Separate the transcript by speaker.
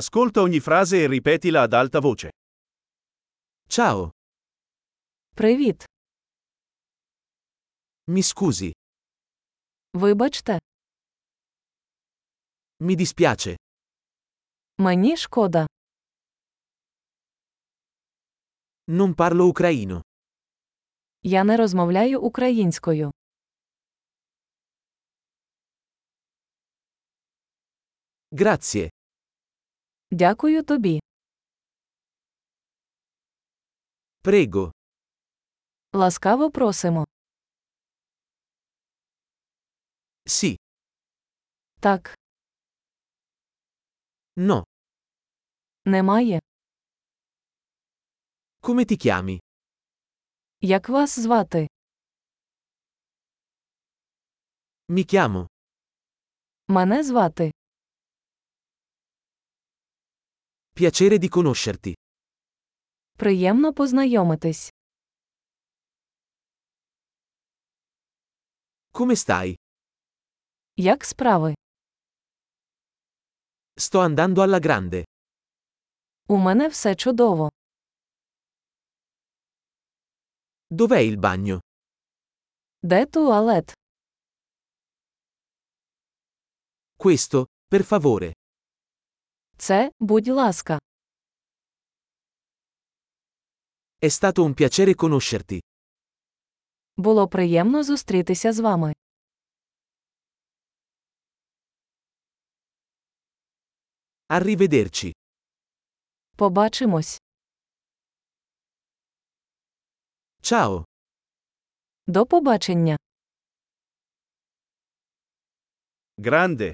Speaker 1: Ascolta ogni frase e ripetila ad alta voce. Ciao,
Speaker 2: Привіт.
Speaker 1: mi scusi,
Speaker 2: Вибачте,
Speaker 1: mi dispiace,
Speaker 2: мені шкода.
Speaker 1: non parlo ucraino.
Speaker 2: Я не розмовляю українською.
Speaker 1: Grazie,
Speaker 2: Дякую тобі.
Speaker 1: prego,
Speaker 2: Ласкаво просимо.
Speaker 1: sì,
Speaker 2: Так,
Speaker 1: no,
Speaker 2: немає.
Speaker 1: come ti chiami?
Speaker 2: Як вас звати?
Speaker 1: Mi chiamo,
Speaker 2: Мене звати.
Speaker 1: piacere di conoscerti.
Speaker 2: Приємно познайомитись.
Speaker 1: Come stai?
Speaker 2: Як справи?
Speaker 1: Sto andando alla grande.
Speaker 2: У мене все чудово.
Speaker 1: Dov'è il bagno?
Speaker 2: Де туалет?
Speaker 1: Questo, per favore.
Speaker 2: Це, будь ласка.
Speaker 1: È stato un piacere conoscerti.
Speaker 2: Було приємно зустрітися з вами.
Speaker 1: Arrivederci.
Speaker 2: Побачимось.
Speaker 1: Ciao,
Speaker 2: До побачення.
Speaker 3: Grande,